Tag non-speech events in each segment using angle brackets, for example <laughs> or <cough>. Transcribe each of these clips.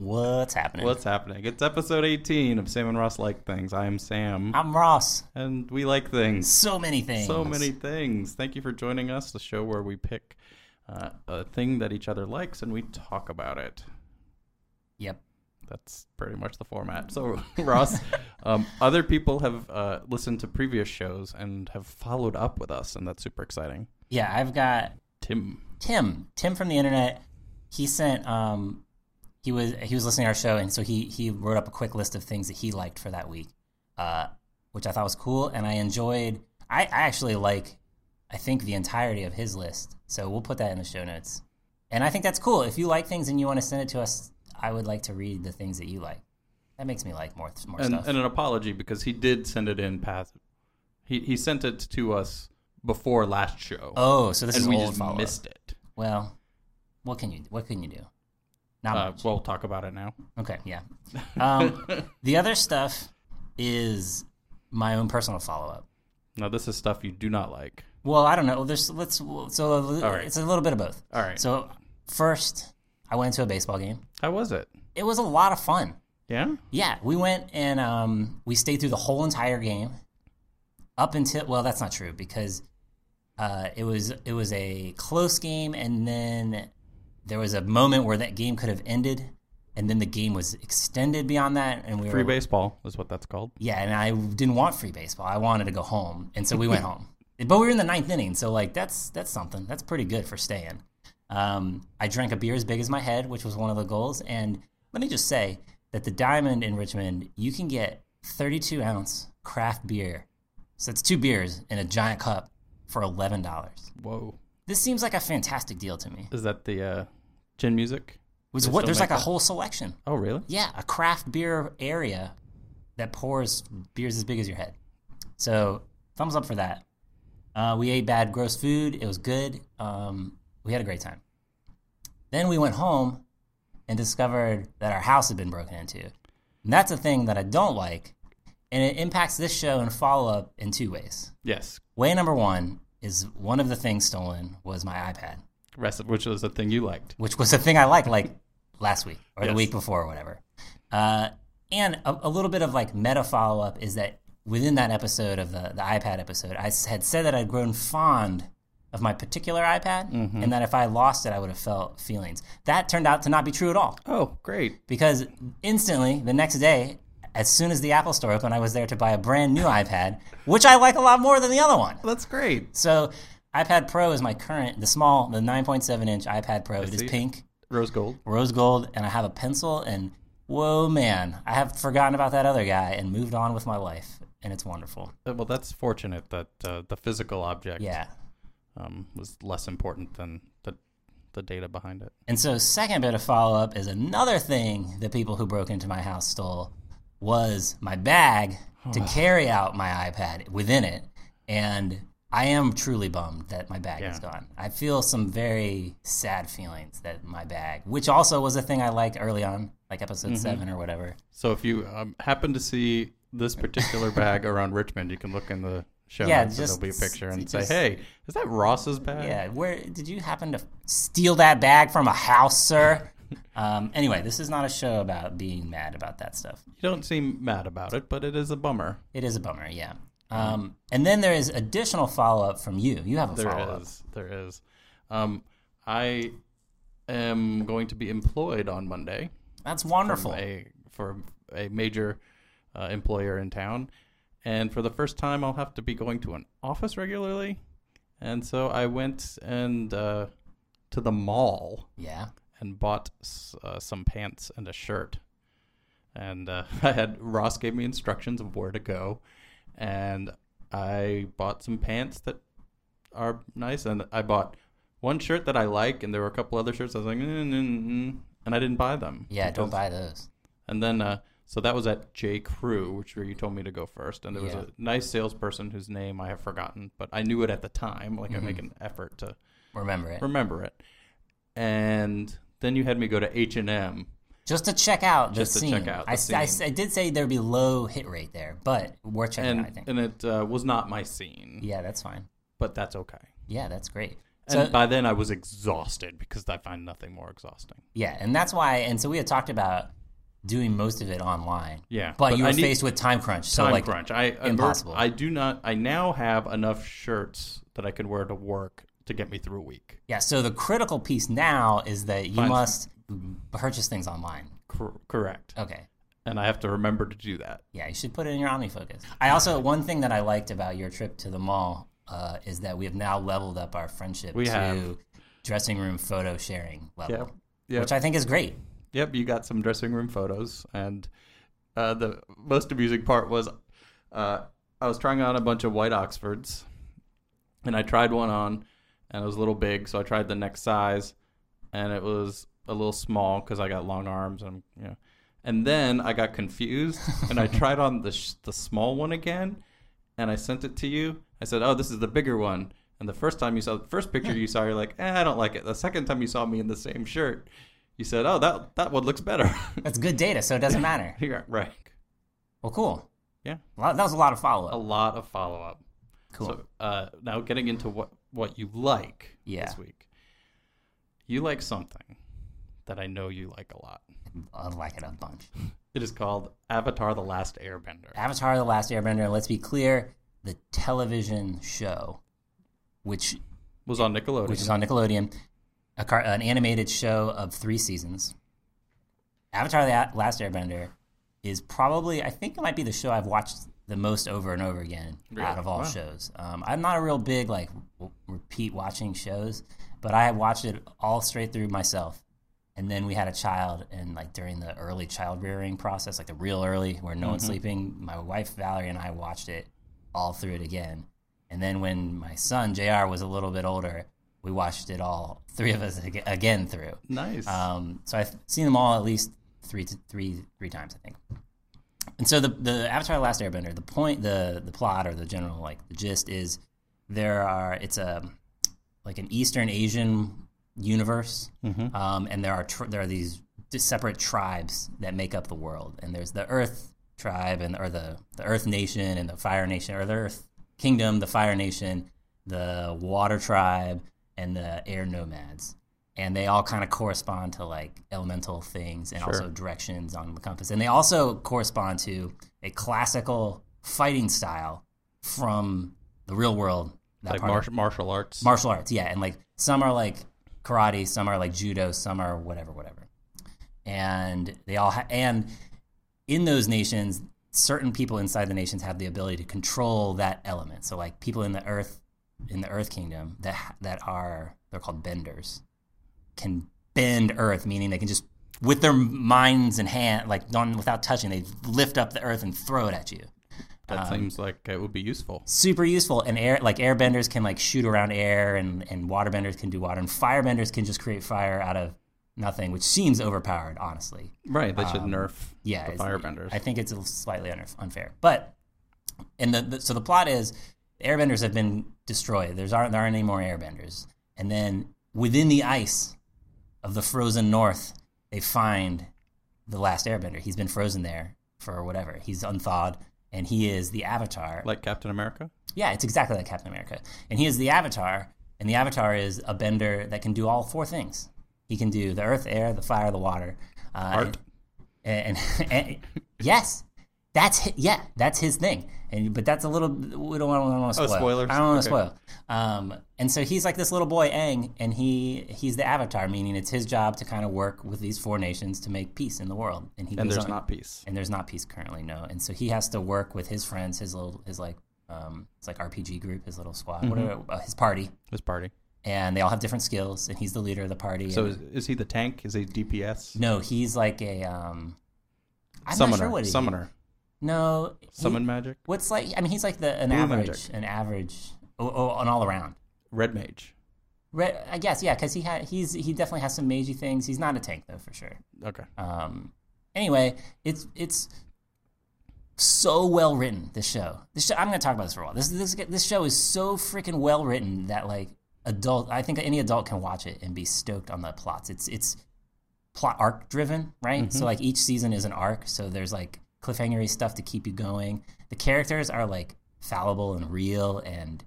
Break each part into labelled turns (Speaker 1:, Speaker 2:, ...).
Speaker 1: What's happening?
Speaker 2: What's happening? It's episode 18 of Sam and Ross Like Things. I am Sam,
Speaker 1: I'm Ross.
Speaker 2: and we like things.
Speaker 1: So many things.
Speaker 2: So many things. Thank you for joining us, the show where we pick uh, a thing that each other likes and we talk about it.
Speaker 1: Yep.
Speaker 2: That's pretty much the format. So, <laughs> Ross, um, other people have uh, listened to previous shows and have followed up with us, and that's super exciting.
Speaker 1: Yeah, I've got
Speaker 2: Tim,
Speaker 1: Tim. Tim from the internet. He sent. Um, he was he was listening to our show, and so he he wrote up a quick list of things that he liked for that week, uh, which I thought was cool, and I enjoyed. I, I actually like. I think the entirety of his list. So we'll put that in the show notes, and I think that's cool. If you like things and you want to send it to us, I would like to read the things that you like. That makes me like more more
Speaker 2: and,
Speaker 1: stuff.
Speaker 2: and an apology because he did send it in past. He, he sent it to us before last show,
Speaker 1: oh, so this
Speaker 2: and
Speaker 1: is
Speaker 2: we
Speaker 1: old
Speaker 2: just
Speaker 1: follow-up.
Speaker 2: missed it.
Speaker 1: Well, what can you what can you do? Not
Speaker 2: Uh,
Speaker 1: much.
Speaker 2: we'll talk about it now.
Speaker 1: Okay, yeah.
Speaker 2: <laughs>
Speaker 1: Um, the other stuff is my own personal follow up.
Speaker 2: Now, this is stuff you do not like.
Speaker 1: Well, I don't know. There's let's so uh,
Speaker 2: right.
Speaker 1: it's a little bit of both.
Speaker 2: All right.
Speaker 1: So first, I went to a baseball game.
Speaker 2: How was it?
Speaker 1: It was a lot of fun.
Speaker 2: Yeah.
Speaker 1: Yeah, we went and um, we stayed through the whole entire game, up until well, that's not true because uh, it was it was a close game, and then there was a moment where that game could have ended, and then the game was extended beyond that, and we
Speaker 2: Free
Speaker 1: were
Speaker 2: baseball is what that's called.
Speaker 1: yeah, and I didn't want free baseball. I wanted to go home, and so we went home. But we were in the ninth inning, so like that's that's something. That's pretty good for staying. Um, I drank a beer as big as my head, which was one of the goals. And let me just say that the Diamond in Richmond, you can get 32 ounce craft beer. So it's two beers in a giant cup for eleven dollars.
Speaker 2: Whoa.
Speaker 1: This seems like a fantastic deal to me.
Speaker 2: Is that the uh, gin music?
Speaker 1: Was
Speaker 2: They
Speaker 1: what
Speaker 2: still
Speaker 1: there's
Speaker 2: make
Speaker 1: like a
Speaker 2: that?
Speaker 1: whole selection.
Speaker 2: Oh, really?
Speaker 1: Yeah, a craft beer area that pours beers as big as your head. So thumbs up for that. Uh, we ate bad, gross food. It was good. Um, we had a great time. Then we went home and discovered that our house had been broken into. And that's a thing that I don't like. And it impacts this show and follow up in two ways.
Speaker 2: Yes.
Speaker 1: Way number one is one of the things stolen was my iPad
Speaker 2: Rest, which was the thing you liked.
Speaker 1: which was a thing I liked like last week or the
Speaker 2: Yes.
Speaker 1: week before or whatever. Uh, and a, a little bit of like meta follow up is that within that episode of the, the iPad episode, I s- had said that I'd grown fond of my particular iPad
Speaker 2: Mm-hmm.
Speaker 1: and that if I lost it, I would have felt feelings. That turned out to not be true at all
Speaker 2: Oh, great.
Speaker 1: because instantly the next day, as soon as the Apple store opened, I was there to buy a brand new iPad, which I like a lot more than the other one.
Speaker 2: That's great.
Speaker 1: So, iPad Pro is my current, the small, the 9.7 inch iPad Pro. It is
Speaker 2: see.
Speaker 1: pink
Speaker 2: Rose gold.
Speaker 1: rose gold and I have a pencil and whoa man, I have forgotten about that other guy and moved on with my life and it's wonderful.
Speaker 2: Uh, Well, that's fortunate that uh, the physical object
Speaker 1: Yeah.
Speaker 2: um, was less important than the, the data behind it.
Speaker 1: And so second bit of follow up is another thing the people who broke into my house stole was my bag to carry out my iPad within it and I am truly bummed that my bag is
Speaker 2: Yeah.
Speaker 1: gone. I feel some very sad feelings that my bag, which also was a thing I liked early on, like episode 7 or whatever.
Speaker 2: So if you um, happen to see this particular bag <laughs> around Richmond, you can look in the show
Speaker 1: Yeah,
Speaker 2: notes
Speaker 1: just
Speaker 2: and there'll be a picture and
Speaker 1: s-
Speaker 2: say,
Speaker 1: just-
Speaker 2: hey, is that Ross's bag?
Speaker 1: Yeah, where did you happen to steal that bag from a house,
Speaker 2: <laughs>
Speaker 1: sir? um, anyway, this is not a show about being mad about that stuff.
Speaker 2: You don't seem mad about it, but it is a bummer.
Speaker 1: It is a bummer, yeah. Um, and then there is additional follow up from you. You have a
Speaker 2: There
Speaker 1: follow up.
Speaker 2: is. There is. Um, I am going to be employed on Monday
Speaker 1: That's wonderful.
Speaker 2: from a, for a major uh, employer in town. And for the first time, I'll have to be going to an office regularly. And so I went and uh, to the mall
Speaker 1: Yeah.
Speaker 2: and bought s- uh, some pants and a shirt. And uh, <laughs> I had Ross gave me instructions of where to go, and I bought some pants that are nice, and I bought one shirt that I like, and there were a couple other shirts I was like, mm, mm, mm," and I didn't buy them.
Speaker 1: Yeah, don't
Speaker 2: because-
Speaker 1: buy those.
Speaker 2: And then uh, so that was at J Crew, which where you told me to go first, and there was
Speaker 1: Yeah.
Speaker 2: a nice salesperson whose name I have forgotten, but I knew it at the time. Like I
Speaker 1: Mm-hmm.
Speaker 2: make an effort to
Speaker 1: Remember it.
Speaker 2: remember it. And then you had me go to H and M.
Speaker 1: Just to check out the
Speaker 2: Just to
Speaker 1: scene.
Speaker 2: check out the
Speaker 1: I, s- I s-
Speaker 2: scene.
Speaker 1: I did say there'd be low hit rate there, but we're checking out, I
Speaker 2: and
Speaker 1: think.
Speaker 2: and it uh, was not my scene,
Speaker 1: yeah, that's fine.
Speaker 2: but that's okay.
Speaker 1: Yeah, that's great.
Speaker 2: And
Speaker 1: So-
Speaker 2: by then I was exhausted because I find nothing more exhausting.
Speaker 1: Yeah, and that's why. And so we had talked about doing most of it online.
Speaker 2: Yeah,
Speaker 1: but,
Speaker 2: but
Speaker 1: you
Speaker 2: I
Speaker 1: were
Speaker 2: need-
Speaker 1: faced with time crunch. So
Speaker 2: Time
Speaker 1: like,
Speaker 2: crunch. I emer-
Speaker 1: impossible.
Speaker 2: I do not. I now have enough shirts that I can wear to work to get me through a week.
Speaker 1: yeah. So the critical piece now is that you
Speaker 2: Find-
Speaker 1: must purchase things online.
Speaker 2: Cor- correct.
Speaker 1: Okay.
Speaker 2: And I have to remember to do that.
Speaker 1: Yeah, you should put it in your OmniFocus. I also one thing that I liked about your trip to the mall uh, is that we have now leveled up our friendship
Speaker 2: We
Speaker 1: to
Speaker 2: have.
Speaker 1: dressing room photo sharing level,
Speaker 2: Yep. Yep.
Speaker 1: which I think is great.
Speaker 2: Yep, you got some dressing room photos, and uh, the most amusing part was uh, I was trying on a bunch of white Oxfords, and I tried one on, and it was a little big, so I tried the next size, and it was a little small because I got long arms and you know, and then I got confused, and I tried on the sh- the small one again, and I sent it to you. I said, "Oh, this is the bigger one." And the first time you saw the first picture you saw, you're like, eh, "I don't like it." The second time you saw me in the same shirt, you said, "Oh, that that one looks <laughs> better."
Speaker 1: That's good data, so it doesn't matter.
Speaker 2: You're right.
Speaker 1: Well, cool.
Speaker 2: Yeah,
Speaker 1: A lot- That was a lot of follow
Speaker 2: a
Speaker 1: up.
Speaker 2: lot of follow up.
Speaker 1: Cool.
Speaker 2: So uh, now getting into what what you like
Speaker 1: Yeah.
Speaker 2: this week. You like something that I know you like a lot.
Speaker 1: I like it a bunch.
Speaker 2: It is called Avatar: The Last Airbender.
Speaker 1: Avatar: The Last Airbender. and Let's be clear, the television show, which
Speaker 2: was on Nickelodeon.
Speaker 1: which is on Nickelodeon, a car- an animated show of three seasons. Avatar: The A- Last Airbender is probably, I think, it might be the show I've watched the most over and over again out
Speaker 2: Really?
Speaker 1: of all
Speaker 2: Wow.
Speaker 1: shows. Um, I'm not a real big like w- repeat watching shows, but I watched it all straight through myself. And then we had a child, and like during the early child rearing process, like the real early where no
Speaker 2: Mm-hmm.
Speaker 1: one's sleeping, my wife Valerie and I watched it all through it again. And then when my son Jr. was a little bit older, we watched it all three of us ag- again through.
Speaker 2: nice.
Speaker 1: Um, so I've seen them all at least three to three three times, I think. And so the the Avatar: The Last Airbender, the point, the the plot, or the general like the gist is there are it's a like an Eastern Asian universe,
Speaker 2: Mm-hmm.
Speaker 1: um, and there are tr- there are these dis- separate tribes that make up the world, and there's the Earth tribe and or the the Earth Nation and the Fire Nation or the Earth Kingdom, the Fire Nation, the Water Tribe, and the Air Nomads, and they all kind of correspond to like elemental things and
Speaker 2: Sure.
Speaker 1: also directions on the compass, and they also correspond to a classical fighting style from the real world. that
Speaker 2: like
Speaker 1: part of-
Speaker 2: martial martial arts.
Speaker 1: martial arts yeah and like some are like karate some are like judo some are whatever whatever and they all ha- and in those nations certain people inside the nations have the ability to control that element so like people in the earth in the earth kingdom that ha- that are they're called benders can bend earth meaning they can just with their minds and hand like non, without touching they lift up the earth and throw it at you um,
Speaker 2: that seems like it would be useful.
Speaker 1: super useful and air like airbenders can like shoot around air and and waterbenders can do water and firebenders can just create fire out of nothing which seems overpowered honestly
Speaker 2: Right. They should nerf
Speaker 1: um, yeah
Speaker 2: the
Speaker 1: it's-
Speaker 2: firebenders.
Speaker 1: i think it's a slightly un- unfair but and the, the so the plot is airbenders have been destroyed there's aren't there aren't any more airbenders and then within the ice of the frozen north they find the last airbender he's been frozen there for whatever he's unthawed and he is the avatar
Speaker 2: like Captain America.
Speaker 1: yeah, it's exactly like Captain America. And he is the Avatar, and the Avatar is a bender that can do all four things. He can do the earth, air, the fire, the water. Uh,
Speaker 2: Art.
Speaker 1: And, and, <laughs> and- yes, that's hi yeah, that's his thing. And but that's a little we don't want to
Speaker 2: Oh,
Speaker 1: spoil.
Speaker 2: spoilers.
Speaker 1: I don't want to
Speaker 2: Okay.
Speaker 1: spoil. Um, and so he's like this little boy Aang, and he he's the Avatar, meaning it's his job to kind of work with these four nations to make peace in the world. And he
Speaker 2: And
Speaker 1: goes
Speaker 2: there's
Speaker 1: on-
Speaker 2: not peace.
Speaker 1: and there's not peace currently no and so he has to work with his friends his little his like um it's like rpg group his little squad
Speaker 2: Mm-hmm.
Speaker 1: whatever uh, his party
Speaker 2: This party.
Speaker 1: and they all have different skills and he's the leader of the party
Speaker 2: So
Speaker 1: and-
Speaker 2: is, is he the tank? Is he DPS?
Speaker 1: no he's like a um i'm
Speaker 2: summoner.
Speaker 1: not sure what he-
Speaker 2: summoner.
Speaker 1: no he-
Speaker 2: Summon magic.
Speaker 1: what's like i mean he's like the an
Speaker 2: Blue
Speaker 1: average
Speaker 2: magic.
Speaker 1: an average oh, oh, an all around
Speaker 2: Red mage.
Speaker 1: Re- i guess yeah because he had he's he definitely has some magey things he's not a tank though for sure
Speaker 2: Okay. Uh,
Speaker 1: Um, anyway, it's it's so well written. This show, this show, I'm going to talk about this for a while. This this this show is so freaking well written that like adult, I think any adult can watch it and be stoked on the plots. It's it's plot arc driven, right? So like each season is an arc. So there's like cliffhangery stuff to keep you going. The characters are like fallible and real and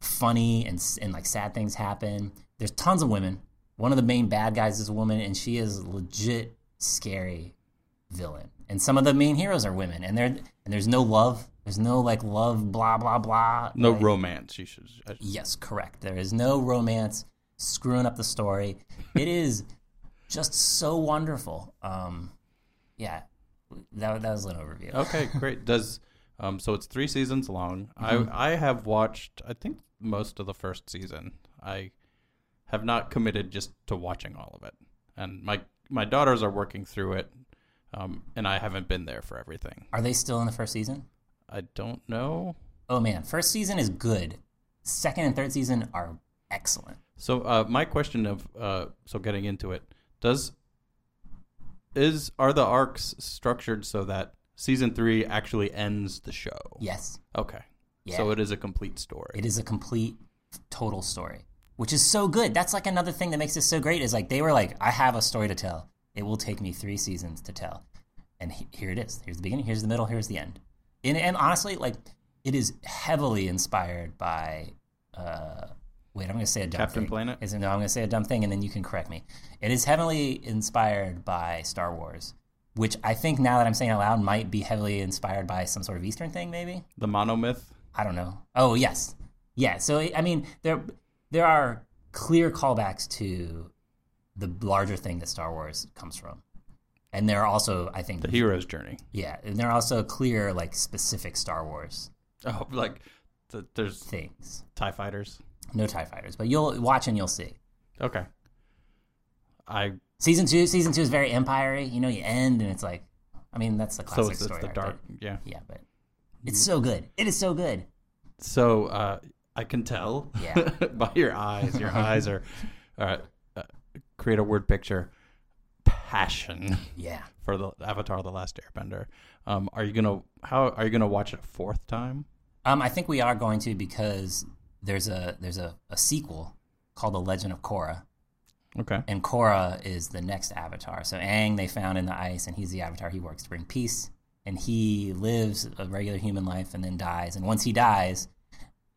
Speaker 1: funny and s- and like sad things happen. There's tons of women. One of the main bad guys is a woman, and she is legit scary villain. And some of the main heroes are women, and there and there's no love. There's no like love, blah blah blah.
Speaker 2: No
Speaker 1: like-
Speaker 2: romance. You should. I,
Speaker 1: Yes, correct. There is no romance screwing up the story. It is just so wonderful. Um, yeah, that, that was an overview.
Speaker 2: okay, great. Does um, so it's three seasons long. I I have watched. I think most of the first season. I have not committed just to watching all of it, and my my daughters are working through it, um, and I haven't been there for everything.
Speaker 1: Are they still in the first season?
Speaker 2: I don't know.
Speaker 1: Oh man, first season is good. Second and third season are excellent.
Speaker 2: So uh, my question of uh, so getting into it does is are the arcs structured so that season three actually ends the show?
Speaker 1: Yes,
Speaker 2: Okay.
Speaker 1: Yeah.
Speaker 2: So it is a complete story.
Speaker 1: it is a complete, total story, which is so good. That's like another thing that makes this so great is like they were like, I have a story to tell. It will take me three seasons to tell, and he- here it is. Here's the beginning. Here's the middle. Here's the end. And, and honestly, like it is heavily inspired by. Uh, wait, I'm going to say a dumb
Speaker 2: Captain
Speaker 1: thing.
Speaker 2: Planet?
Speaker 1: Is it, no, I'm going to say a dumb thing, and then you can correct me. It is heavily inspired by Star Wars, which I think now that I'm saying it out loud might be heavily inspired by some sort of Eastern thing, maybe.
Speaker 2: the monomyth.
Speaker 1: I don't know. Oh yes, yeah. So I I mean, there there are clear callbacks to the larger thing that Star Wars comes from, and there are also I think
Speaker 2: The hero's journey.
Speaker 1: yeah, and there are also clear like specific Star Wars
Speaker 2: Oh, like th there's
Speaker 1: things.
Speaker 2: Tie fighters.
Speaker 1: No Tie Fighters, but you'll watch and you'll see.
Speaker 2: Okay. I
Speaker 1: Season two, season two is very empire You know, you end and it's like, I mean, that's the classic
Speaker 2: so it's, it's
Speaker 1: story.
Speaker 2: the
Speaker 1: arc,
Speaker 2: dark. Mm. Yeah.
Speaker 1: but- yeah, but it's so good. It is so good.
Speaker 2: So uh, I can tell
Speaker 1: Yeah.
Speaker 2: <laughs> by your
Speaker 1: <laughs>
Speaker 2: eyes. Your eyes are. Uh, uh, create a word picture. Passion.
Speaker 1: Yeah.
Speaker 2: for the Avatar: The Last Airbender. Um, are you gonna how are you gonna watch it a fourth time?
Speaker 1: Um, I think we are going to because there's a there's a, a sequel called The Legend of Korra,
Speaker 2: Okay.
Speaker 1: and Korra is the next Avatar. So Aang they found in the ice, and he's the Avatar. He works to bring peace, and he lives a regular human life and then dies. And once he dies,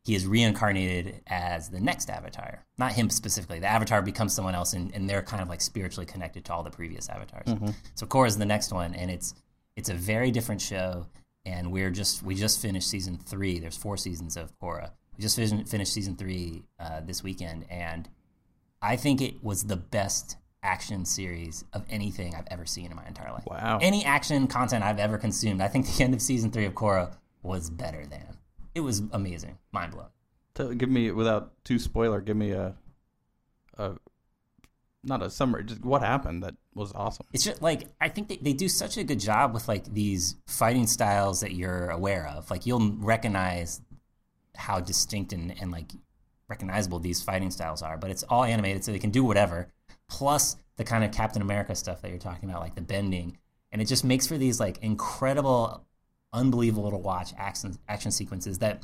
Speaker 1: he is reincarnated as the next Avatar. Not him specifically. The Avatar becomes someone else, and, and they're kind of like spiritually connected to all the previous Avatars. So Korra is the next one, and it's it's a very different show. And we're just we just finished season three. There's four seasons of Korra. We just fin- finished season three uh, this weekend, and I think it was the best action series of anything I've ever seen in my entire life.
Speaker 2: Wow.
Speaker 1: Any action content I've ever consumed, I think the end of season three of Korra was better than. It was amazing, mind blowing.
Speaker 2: Tell, give me without too spoiler. Give me a a not a summary. Just what happened that was awesome.
Speaker 1: It's just like I think they, they do such a good job with like these fighting styles that you're aware of. Like you'll recognize how distinct and, and like recognizable these fighting styles are, but it's all animated, so they can do whatever. Plus the kind of Captain America stuff that you're talking about, like the bending, and it just makes for these like incredible, unbelievable to watch action action sequences that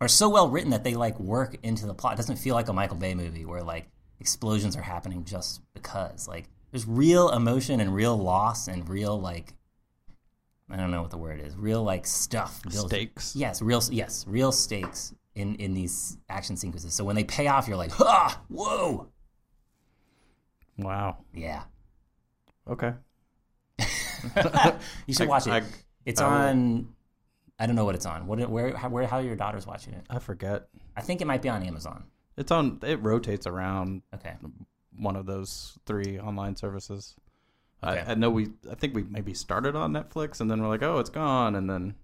Speaker 1: are so well written that they like work into the plot. It doesn't feel like a Michael Bay movie where like explosions are happening just because. Like there's real emotion and real loss and real like I don't know what the word is. Real like stuff built
Speaker 2: Stakes.
Speaker 1: Yes, real yes, real stakes in in these action sequences. So when they pay off, you're like, ha, whoa,
Speaker 2: Wow.
Speaker 1: yeah.
Speaker 2: Okay.
Speaker 1: You should
Speaker 2: I-
Speaker 1: watch it.
Speaker 2: I-
Speaker 1: it's
Speaker 2: I will.
Speaker 1: on. I don't know what it's on. What? it- Where? How, where? How your daughter's watching it?
Speaker 2: I forget.
Speaker 1: I think it might be on Amazon.
Speaker 2: It's on. It rotates around
Speaker 1: Okay.
Speaker 2: one of those three online services.
Speaker 1: Okay.
Speaker 2: I, I know we. I think we maybe started on Netflix, and then we're like, oh, it's gone, and then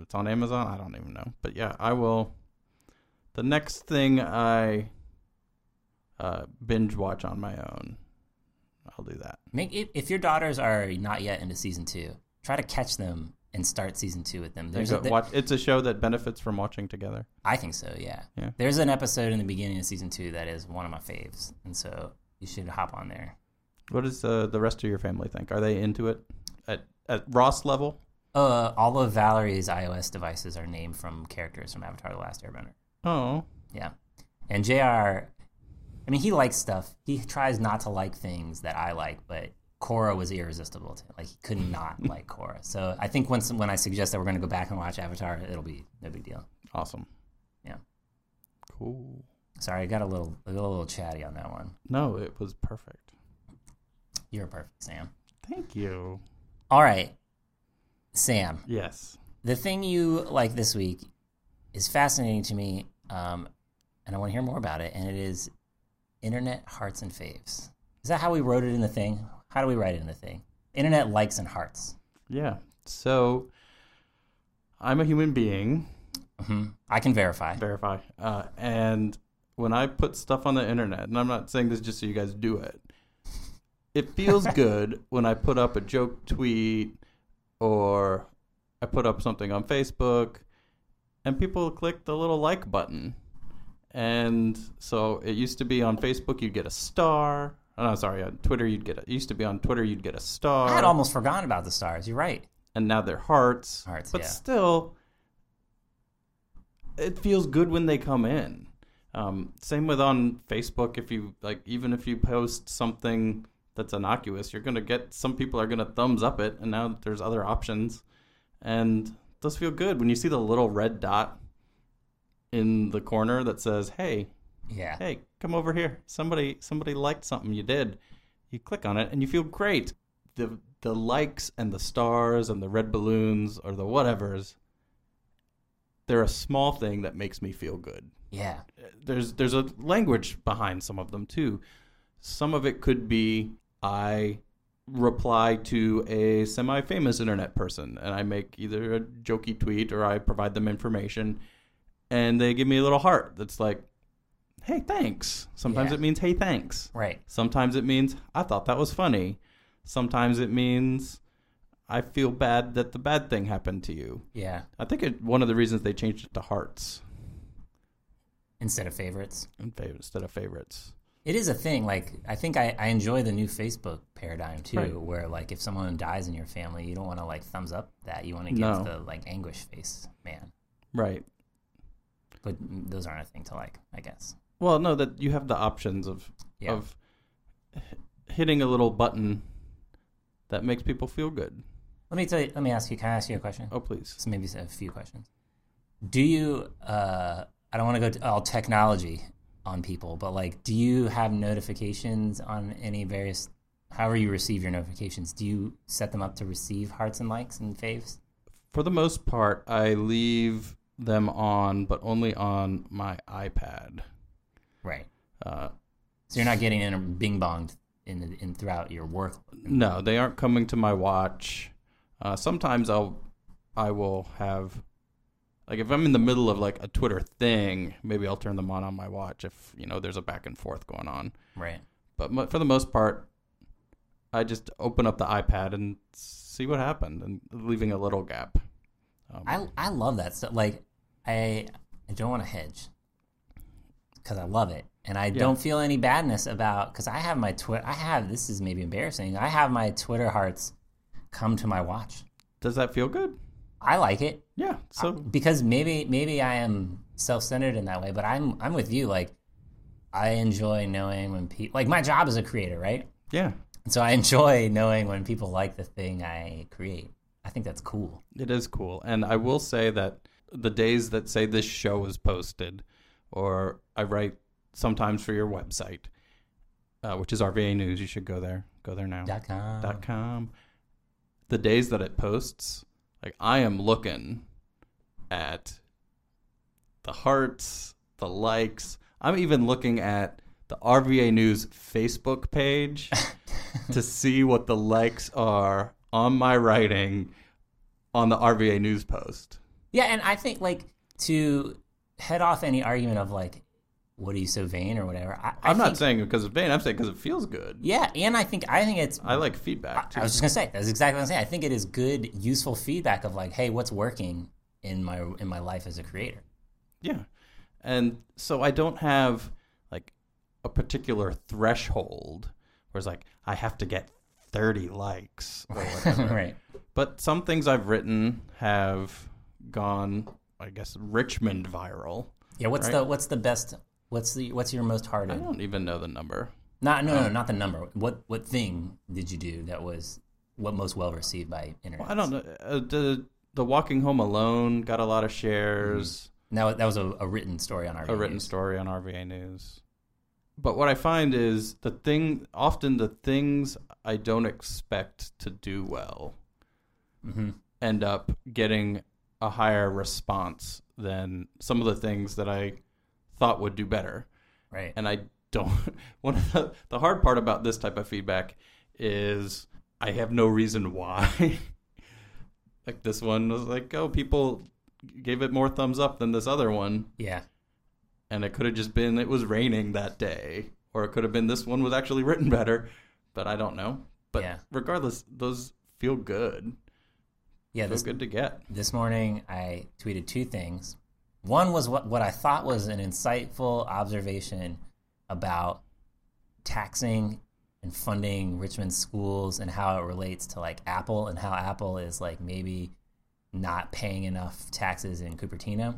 Speaker 2: it's on Amazon. I don't even know, but yeah, I will. The next thing I uh, binge watch on my own, I'll do that.
Speaker 1: Make if, if your daughters are not yet into season two, try to catch them and start season two with them. There's a,
Speaker 2: Go watch, it's a show that benefits from watching together.
Speaker 1: I think so. Yeah.
Speaker 2: Yeah.
Speaker 1: There's an episode in the beginning of season two that is one of my faves, and so you should hop on there.
Speaker 2: What does uh, the rest of your family think? Are they into it at at Ross level?
Speaker 1: Uh, all of Valerie's iOS devices are named from characters from Avatar: The Last Airbender.
Speaker 2: Oh,
Speaker 1: Yeah, and Jr. I mean, he likes stuff. He tries not to like things that I like, but Korra was irresistible. To him. Like he could not like Korra. So I think once when I suggest that we're going to go back and watch Avatar, it'll be no big deal.
Speaker 2: awesome.
Speaker 1: Yeah.
Speaker 2: Ooh.
Speaker 1: Sorry, I got a little I got a little chatty on that one.
Speaker 2: No, it was perfect.
Speaker 1: You're perfect, Sam.
Speaker 2: Thank you.
Speaker 1: All right, Sam.
Speaker 2: Yes.
Speaker 1: The thing you like this week is fascinating to me, um, and I want to hear more about it. And it is internet hearts and faves. Is that how we wrote it in the thing? How do we write it in the thing? Internet likes and hearts.
Speaker 2: Yeah. So I'm a human being.
Speaker 1: hmm I can verify.
Speaker 2: Verify. Uh, and when I put stuff on the internet, and I'm not saying this just so you guys do it, it
Speaker 1: <laughs>
Speaker 2: feels good when I put up a joke tweet or I put up something on Facebook and people click the little like button. And so it used to be on Facebook, you'd get a star. Oh, no, sorry, on Twitter, you'd get a, it used to be on Twitter, you'd get a star.
Speaker 1: I had almost forgotten about the stars. You're right.
Speaker 2: and now they're hearts.
Speaker 1: Hearts,
Speaker 2: but
Speaker 1: yeah.
Speaker 2: still, it feels good when they come in. Um, same with on Facebook. If you like, even if you post something that's innocuous, you're gonna get some people are gonna thumbs up it, and now there's other options, and those feel good when you see the little red dot in the corner that says, "Hey,
Speaker 1: Yeah.
Speaker 2: hey, come over here. Somebody somebody liked something you did. You click on it and you feel great. The the likes and the stars and the red balloons or the whatevers they're a small thing that makes me feel good.
Speaker 1: Yeah.
Speaker 2: There's there's a language behind some of them too. Some of it could be I reply to a semi-famous internet person and I make either a jokey tweet or I provide them information and they give me a little heart that's like hey thanks. Sometimes
Speaker 1: Yeah.
Speaker 2: it means hey thanks.
Speaker 1: Right.
Speaker 2: Sometimes it means I thought that was funny. Sometimes it means I feel bad that the bad thing happened to you.
Speaker 1: Yeah.
Speaker 2: I think it, one of the reasons they changed it to hearts
Speaker 1: Instead of favorites.
Speaker 2: in fav- instead of favorites.
Speaker 1: It is a thing. Like I think I, I enjoy the new Facebook paradigm too,
Speaker 2: Right.
Speaker 1: where like if someone dies in your family, you don't want to like thumbs up that. You want to give
Speaker 2: No.
Speaker 1: the like anguish face, man.
Speaker 2: Right.
Speaker 1: But those aren't a thing to like, I guess.
Speaker 2: Well, no, that you have the options of
Speaker 1: Yeah.
Speaker 2: of h- hitting a little button that makes people feel good.
Speaker 1: Let me tell you. Let me ask you. Can I ask you a question?
Speaker 2: Oh, please.
Speaker 1: So maybe a few questions. Do you? Uh, I don't want to go to all technology on people, but like, do you have notifications on any various? However you receive your notifications, do you set them up to receive hearts and likes and faves?
Speaker 2: For the most part, I leave them on, but only on my iPad.
Speaker 1: Right.
Speaker 2: Uh,
Speaker 1: So you're not getting in a bing bonged in, the, in throughout your work.
Speaker 2: No, they aren't coming to my watch. Uh, sometimes I'll, I will have, like if I'm in the middle of like a Twitter thing, maybe I'll turn them on on my watch if you know there's a back and forth going on.
Speaker 1: Right.
Speaker 2: But mo- for the most part, I just open up the iPad and see what happened, and leaving a little gap. Um,
Speaker 1: I I love that stuff. Like I I don't want to hedge because I love it, and I don't feel any badness about because I have my Twitter. I have this is maybe embarrassing. I have my Twitter hearts come to my watch.
Speaker 2: Does that feel good?
Speaker 1: I like it
Speaker 2: Yeah. So
Speaker 1: because maybe maybe I am self centered in that way, but I'm I'm with you. Like I enjoy knowing when people like my job as a creator, right?
Speaker 2: yeah,
Speaker 1: And so I enjoy knowing when people like the thing I create. I think that's cool.
Speaker 2: It is cool. And I will say that the days that say this show was posted, or I write sometimes for your website, uh, which is RVA News, you should go there. Go there now.
Speaker 1: Dot com.
Speaker 2: Dot com. The days that it posts, like I am looking at the hearts, the likes. I'm even looking at the RVA News Facebook page
Speaker 1: <laughs>
Speaker 2: to see what the likes are on my writing on the RVA News post.
Speaker 1: Yeah, and I think like to head off any argument of like, what are you so vain or whatever. I, I
Speaker 2: I'm not
Speaker 1: think-
Speaker 2: saying because of vain. I'm saying because it feels good.
Speaker 1: Yeah, and I think I think it's.
Speaker 2: I
Speaker 1: I,
Speaker 2: like feedback too.
Speaker 1: was just gonna say that's exactly what I'm saying. I think it is good, useful feedback of like, hey, what's working in my in my life as a creator. <laughs>
Speaker 2: Yeah. And so I don't have like a particular threshold where it's like I have to get 30 likes or whatever.
Speaker 1: right.
Speaker 2: But some things I've written have gone, I guess, Richmond viral.
Speaker 1: Yeah. What's
Speaker 2: Right.
Speaker 1: the what's the best? What's the what's your most
Speaker 2: I
Speaker 1: hearted?
Speaker 2: don't even know the number.
Speaker 1: Not no no not the number. What what thing did you do that was what most well received by internet?
Speaker 2: I don't know. Uh, the the Walking Home Alone got a lot of shares.
Speaker 1: And that was, that was a, a written story on our
Speaker 2: a written story on RVA News. But what I find is the thing often the things I don't expect to do well
Speaker 1: hmm
Speaker 2: end up getting a higher response than some of the things that I thought would do better.
Speaker 1: Right.
Speaker 2: And I don't <laughs> one of the, the hard part about this type of feedback is I have no reason why. <laughs> like this one was like, "Oh, people gave it more thumbs up than this other one."
Speaker 1: yeah.
Speaker 2: and it could have just been it was raining that day or it could have been this one was actually written better but i don't know but
Speaker 1: Yeah.
Speaker 2: regardless those feel good
Speaker 1: Yeah.
Speaker 2: feel
Speaker 1: This
Speaker 2: good to get
Speaker 1: this morning I tweeted two things. One was what what I thought was an insightful observation about taxing and funding Richmond schools and how it relates to like Apple and how Apple is like maybe not paying enough taxes in Cupertino.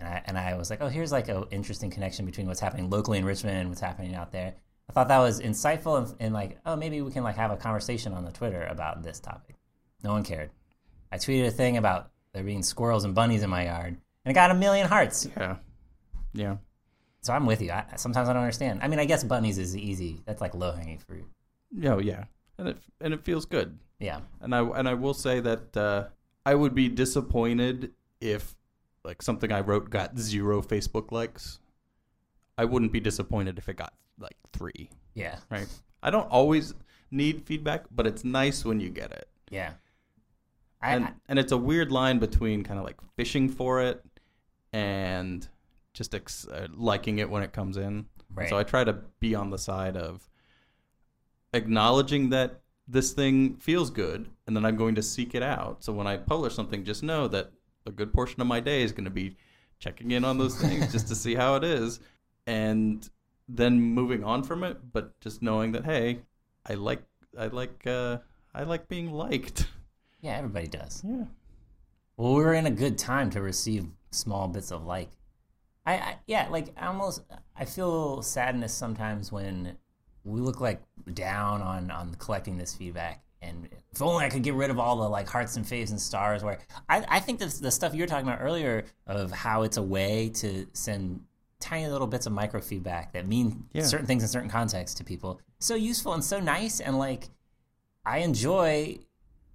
Speaker 1: And I and I was like, oh, here's like a interesting connection between what's happening locally in Richmond and what's happening out there. I thought that was insightful and, and like, oh, maybe we can like have a conversation on the Twitter about this topic. No one cared. I tweeted a thing about there being squirrels and bunnies in my yard, and it got a million hearts.
Speaker 2: yeah yeah
Speaker 1: So I'm with you. I, sometimes I don't understand. I mean, I guess bunnies is easy. That's like low hanging fruit.
Speaker 2: yeah oh, yeah and it and it feels good
Speaker 1: Yeah.
Speaker 2: and i and i will say that uh, i would be disappointed if like something i wrote got zero facebook likes i wouldn't be disappointed if it got like 3
Speaker 1: Yeah.
Speaker 2: right i don't always need feedback but it's nice when you get it
Speaker 1: Yeah. I,
Speaker 2: and,
Speaker 1: I
Speaker 2: and it's a weird line between kind of like fishing for it and just ex- uh, liking it when it comes in.
Speaker 1: Right.
Speaker 2: So I try to be on the side of acknowledging that this thing feels good and then I'm going to seek it out. So when I publish something, just know that a good portion of my day is going to be checking in
Speaker 1: <laughs>
Speaker 2: on those things just to see how it is and then moving on from it, but just knowing that hey, I like I like uh I like being liked.
Speaker 1: yeah, everybody does.
Speaker 2: Yeah.
Speaker 1: Well, we were in a good time to receive small bits of like. I, I yeah, like I almost I feel sadness sometimes when we look like down on on collecting this feedback. And if only I could get rid of all the like hearts and faves and stars. Where I, I think this, the stuff you were talking about earlier of how it's a way to send tiny little bits of micro feedback that mean
Speaker 2: Yeah.
Speaker 1: certain things in certain contexts to people. So useful and so nice. And like I enjoy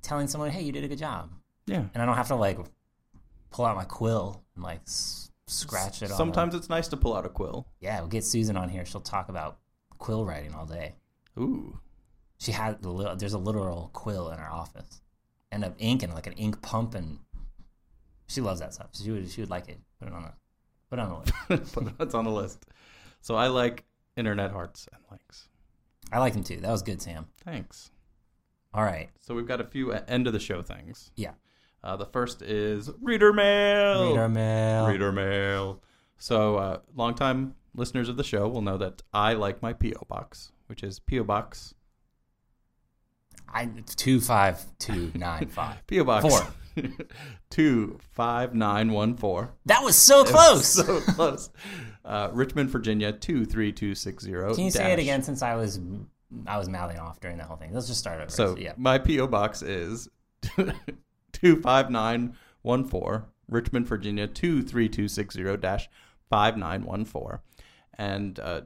Speaker 1: telling someone, "Hey, you did a good job."
Speaker 2: Yeah.
Speaker 1: and I don't have to like pull out my quill and like s- scratch it. on
Speaker 2: Sometimes it's nice to pull out a quill.
Speaker 1: the- yeah, we'll get Susan on here. She'll talk about quill writing all day.
Speaker 2: Ooh. <laughs>
Speaker 1: She had the li- there's a literal quill in her office, and of ink and like an ink pump, and she loves that stuff. She would she would like it. Put it on the put it on the list.
Speaker 2: But that's on the list. So I like internet hearts and likes.
Speaker 1: I like them too. That was good, Sam.
Speaker 2: Thanks.
Speaker 1: All right,
Speaker 2: So we've got a few uh, end of the show things.
Speaker 1: yeah.
Speaker 2: Uh, the first is reader mail.
Speaker 1: Reader mail.
Speaker 2: Reader mail. So uh, longtime listeners of the show will know that I like my PO box, which is PO box
Speaker 1: I two five two nine
Speaker 2: <laughs>
Speaker 1: five.
Speaker 2: PO box
Speaker 1: Four.
Speaker 2: two five nine one four.
Speaker 1: That was so close.
Speaker 2: <laughs> So close. Uh, Richmond, Virginia two three two six zero.
Speaker 1: Can you say it again? Since I was I was mouthing off during that whole thing. Let's just start over.
Speaker 2: So
Speaker 1: yeah.
Speaker 2: my PO box is <laughs> two five nine one four, Richmond, Virginia two three two six zero dash five nine one four, and uh,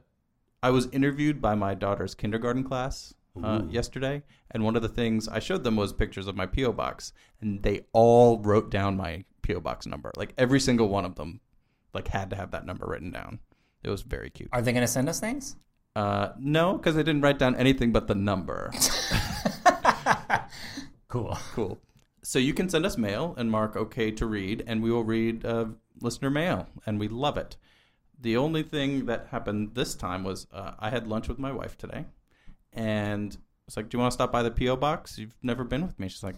Speaker 2: I was interviewed by my daughter's kindergarten class uh, yesterday, and one of the things I showed them was pictures of my PO box, and they all wrote down my PO box number, like every single one of them, like had to have that number written down. It was very cute.
Speaker 1: Are they going to send us things?
Speaker 2: Uh, no, because I didn't write down anything but the number.
Speaker 1: Cool.
Speaker 2: Cool. So you can send us mail and mark OK to read, and we will read uh, listener mail, and we love it. The only thing that happened this time was uh, I had lunch with my wife today, and it's like, "Do you want to stop by the PO box? You've never been with me." She's like,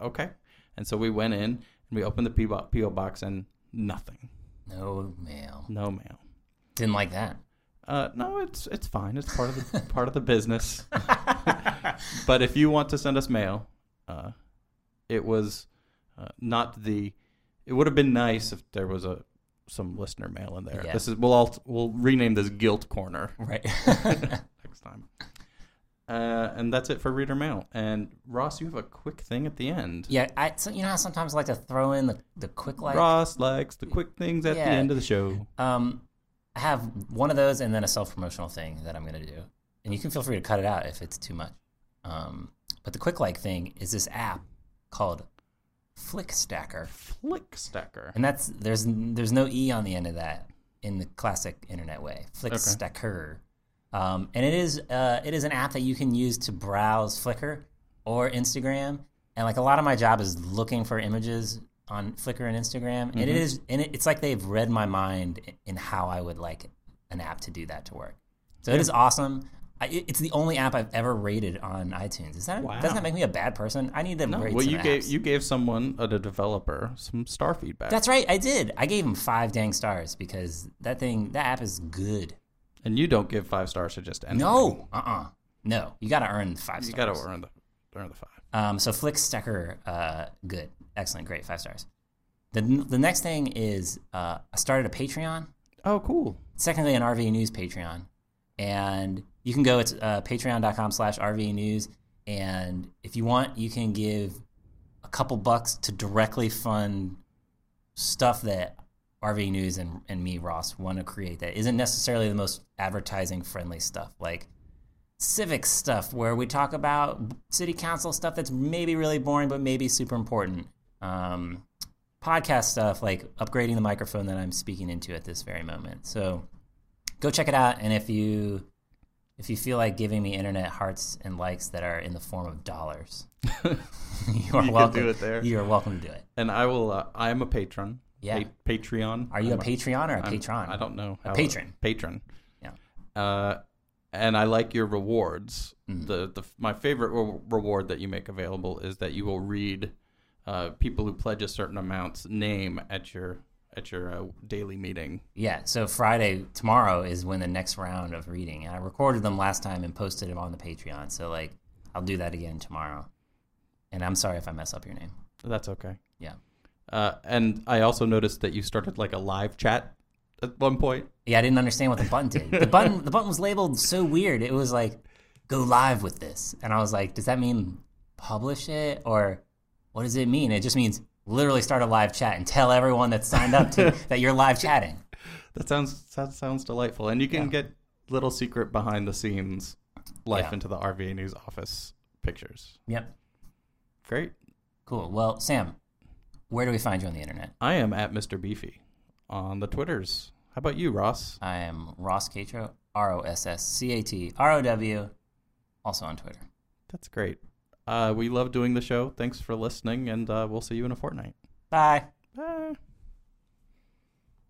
Speaker 2: "Okay," and so we went in and we opened the PO bo- PO box and nothing,
Speaker 1: No mail.
Speaker 2: no mail.
Speaker 1: Didn't like that.
Speaker 2: Uh, no, it's it's fine. It's part
Speaker 1: <laughs>
Speaker 2: of the part of the business. but if you want to send us mail, uh, it was uh, not the. It would have been nice if there was a some listener mail in there.
Speaker 1: Yeah.
Speaker 2: This is we'll all we'll rename this guilt corner
Speaker 1: Right.
Speaker 2: next time. Uh, and that's it for reader mail. And Ross, you have a quick thing at the end.
Speaker 1: <laughs> Yeah, I so you know how sometimes I like to throw in the the quick like
Speaker 2: Ross likes the quick things at
Speaker 1: Yeah.
Speaker 2: the end of the show.
Speaker 1: um I have one of those and then a self promotional thing that I'm gonna do. And you can feel free to cut it out if it's too much. Um but the quick like thing is this app called Flick Stacker.
Speaker 2: Flick stacker.
Speaker 1: And that's there's there's no e on the end of that in the classic internet way.
Speaker 2: Okay.
Speaker 1: Flickstacker. Um, and it is uh, it is an app that you can use to browse Flickr or Instagram. And like a lot of my job is looking for images on Flickr and Instagram. And it
Speaker 2: Mm-hmm.
Speaker 1: is and it, it's like they've read my mind i- in how I would like an app to do that to work. So it is awesome. I, it- it's the only app I've ever rated on iTunes. Is that
Speaker 2: Wow.
Speaker 1: doesn't that make me a bad person? I need to
Speaker 2: No,
Speaker 1: rate
Speaker 2: well,
Speaker 1: some
Speaker 2: you
Speaker 1: apps.
Speaker 2: gave you gave someone a developer some star feedback,
Speaker 1: That's right, I did. I gave him five dang stars because that thing, that app is good.
Speaker 2: and you don't give five stars to just anyone.
Speaker 1: No, uh, uh no, you got to earn the five
Speaker 2: you
Speaker 1: stars.
Speaker 2: got to earn the earn the five.
Speaker 1: Um, so Flick Stecker, uh, good, excellent, great, five stars. The the next thing is uh, I started a Patreon.
Speaker 2: Oh, cool.
Speaker 1: It's technically an RV News Patreon, and you can go. It's uh, Patreon.com/slash RV News, and if you want, you can give a couple bucks to directly fund stuff that RV News and, and me, Ross, want to create that isn't necessarily the most advertising friendly stuff, like civic stuff where we talk about city council stuff that's maybe really boring but maybe super important. Um, podcast stuff like upgrading the microphone that I'm speaking into at this very moment. So go check it out, and if you if you feel like giving me internet hearts and likes that are in the form of dollars,
Speaker 2: <laughs>
Speaker 1: <laughs> you are
Speaker 2: You can
Speaker 1: welcome.
Speaker 2: do it there.
Speaker 1: You are welcome to do it.
Speaker 2: And I will. Uh, I am a patron.
Speaker 1: Yeah.
Speaker 2: Pa- Patreon.
Speaker 1: Are you
Speaker 2: I'm
Speaker 1: a Patreon or a
Speaker 2: I'm-
Speaker 1: patron?
Speaker 2: I don't know. how-
Speaker 1: patron.
Speaker 2: patron.
Speaker 1: Yeah.
Speaker 2: Uh, and I like your rewards.
Speaker 1: Mm.
Speaker 2: The the my favorite re- reward that you make available is that you will read uh, people who pledge a certain amount's name at your at your uh, daily meeting.
Speaker 1: Yeah. So Friday tomorrow is when the next round of reading. And I recorded them last time and posted them on the Patreon. So like I'll do that again tomorrow. And I'm sorry if I mess up your name.
Speaker 2: That's okay.
Speaker 1: Yeah.
Speaker 2: Uh, and I also noticed that you started like a live chat at one point.
Speaker 1: Yeah, I didn't understand what the button did. The button the button was labeled so weird. It was like go live with this. And I was like, does that mean publish it or what does it mean? It just means literally start a live chat and tell everyone that's signed up to that you're live chatting.
Speaker 2: That sounds that sounds delightful. And you can get little secret behind the scenes life
Speaker 1: Yeah.
Speaker 2: into the RVA News office pictures.
Speaker 1: Yep.
Speaker 2: Great.
Speaker 1: Cool. Well, Sam, where do we find you on the internet?
Speaker 2: I am at Mr. Beefy on the Twitters. How about you, Ross?
Speaker 1: I am Ross Catro, R O S S C A T R O W, also on Twitter.
Speaker 2: That's great. Uh, we love doing the show. Thanks for listening, and uh, we'll see you in a fortnight.
Speaker 1: Bye.
Speaker 2: Bye.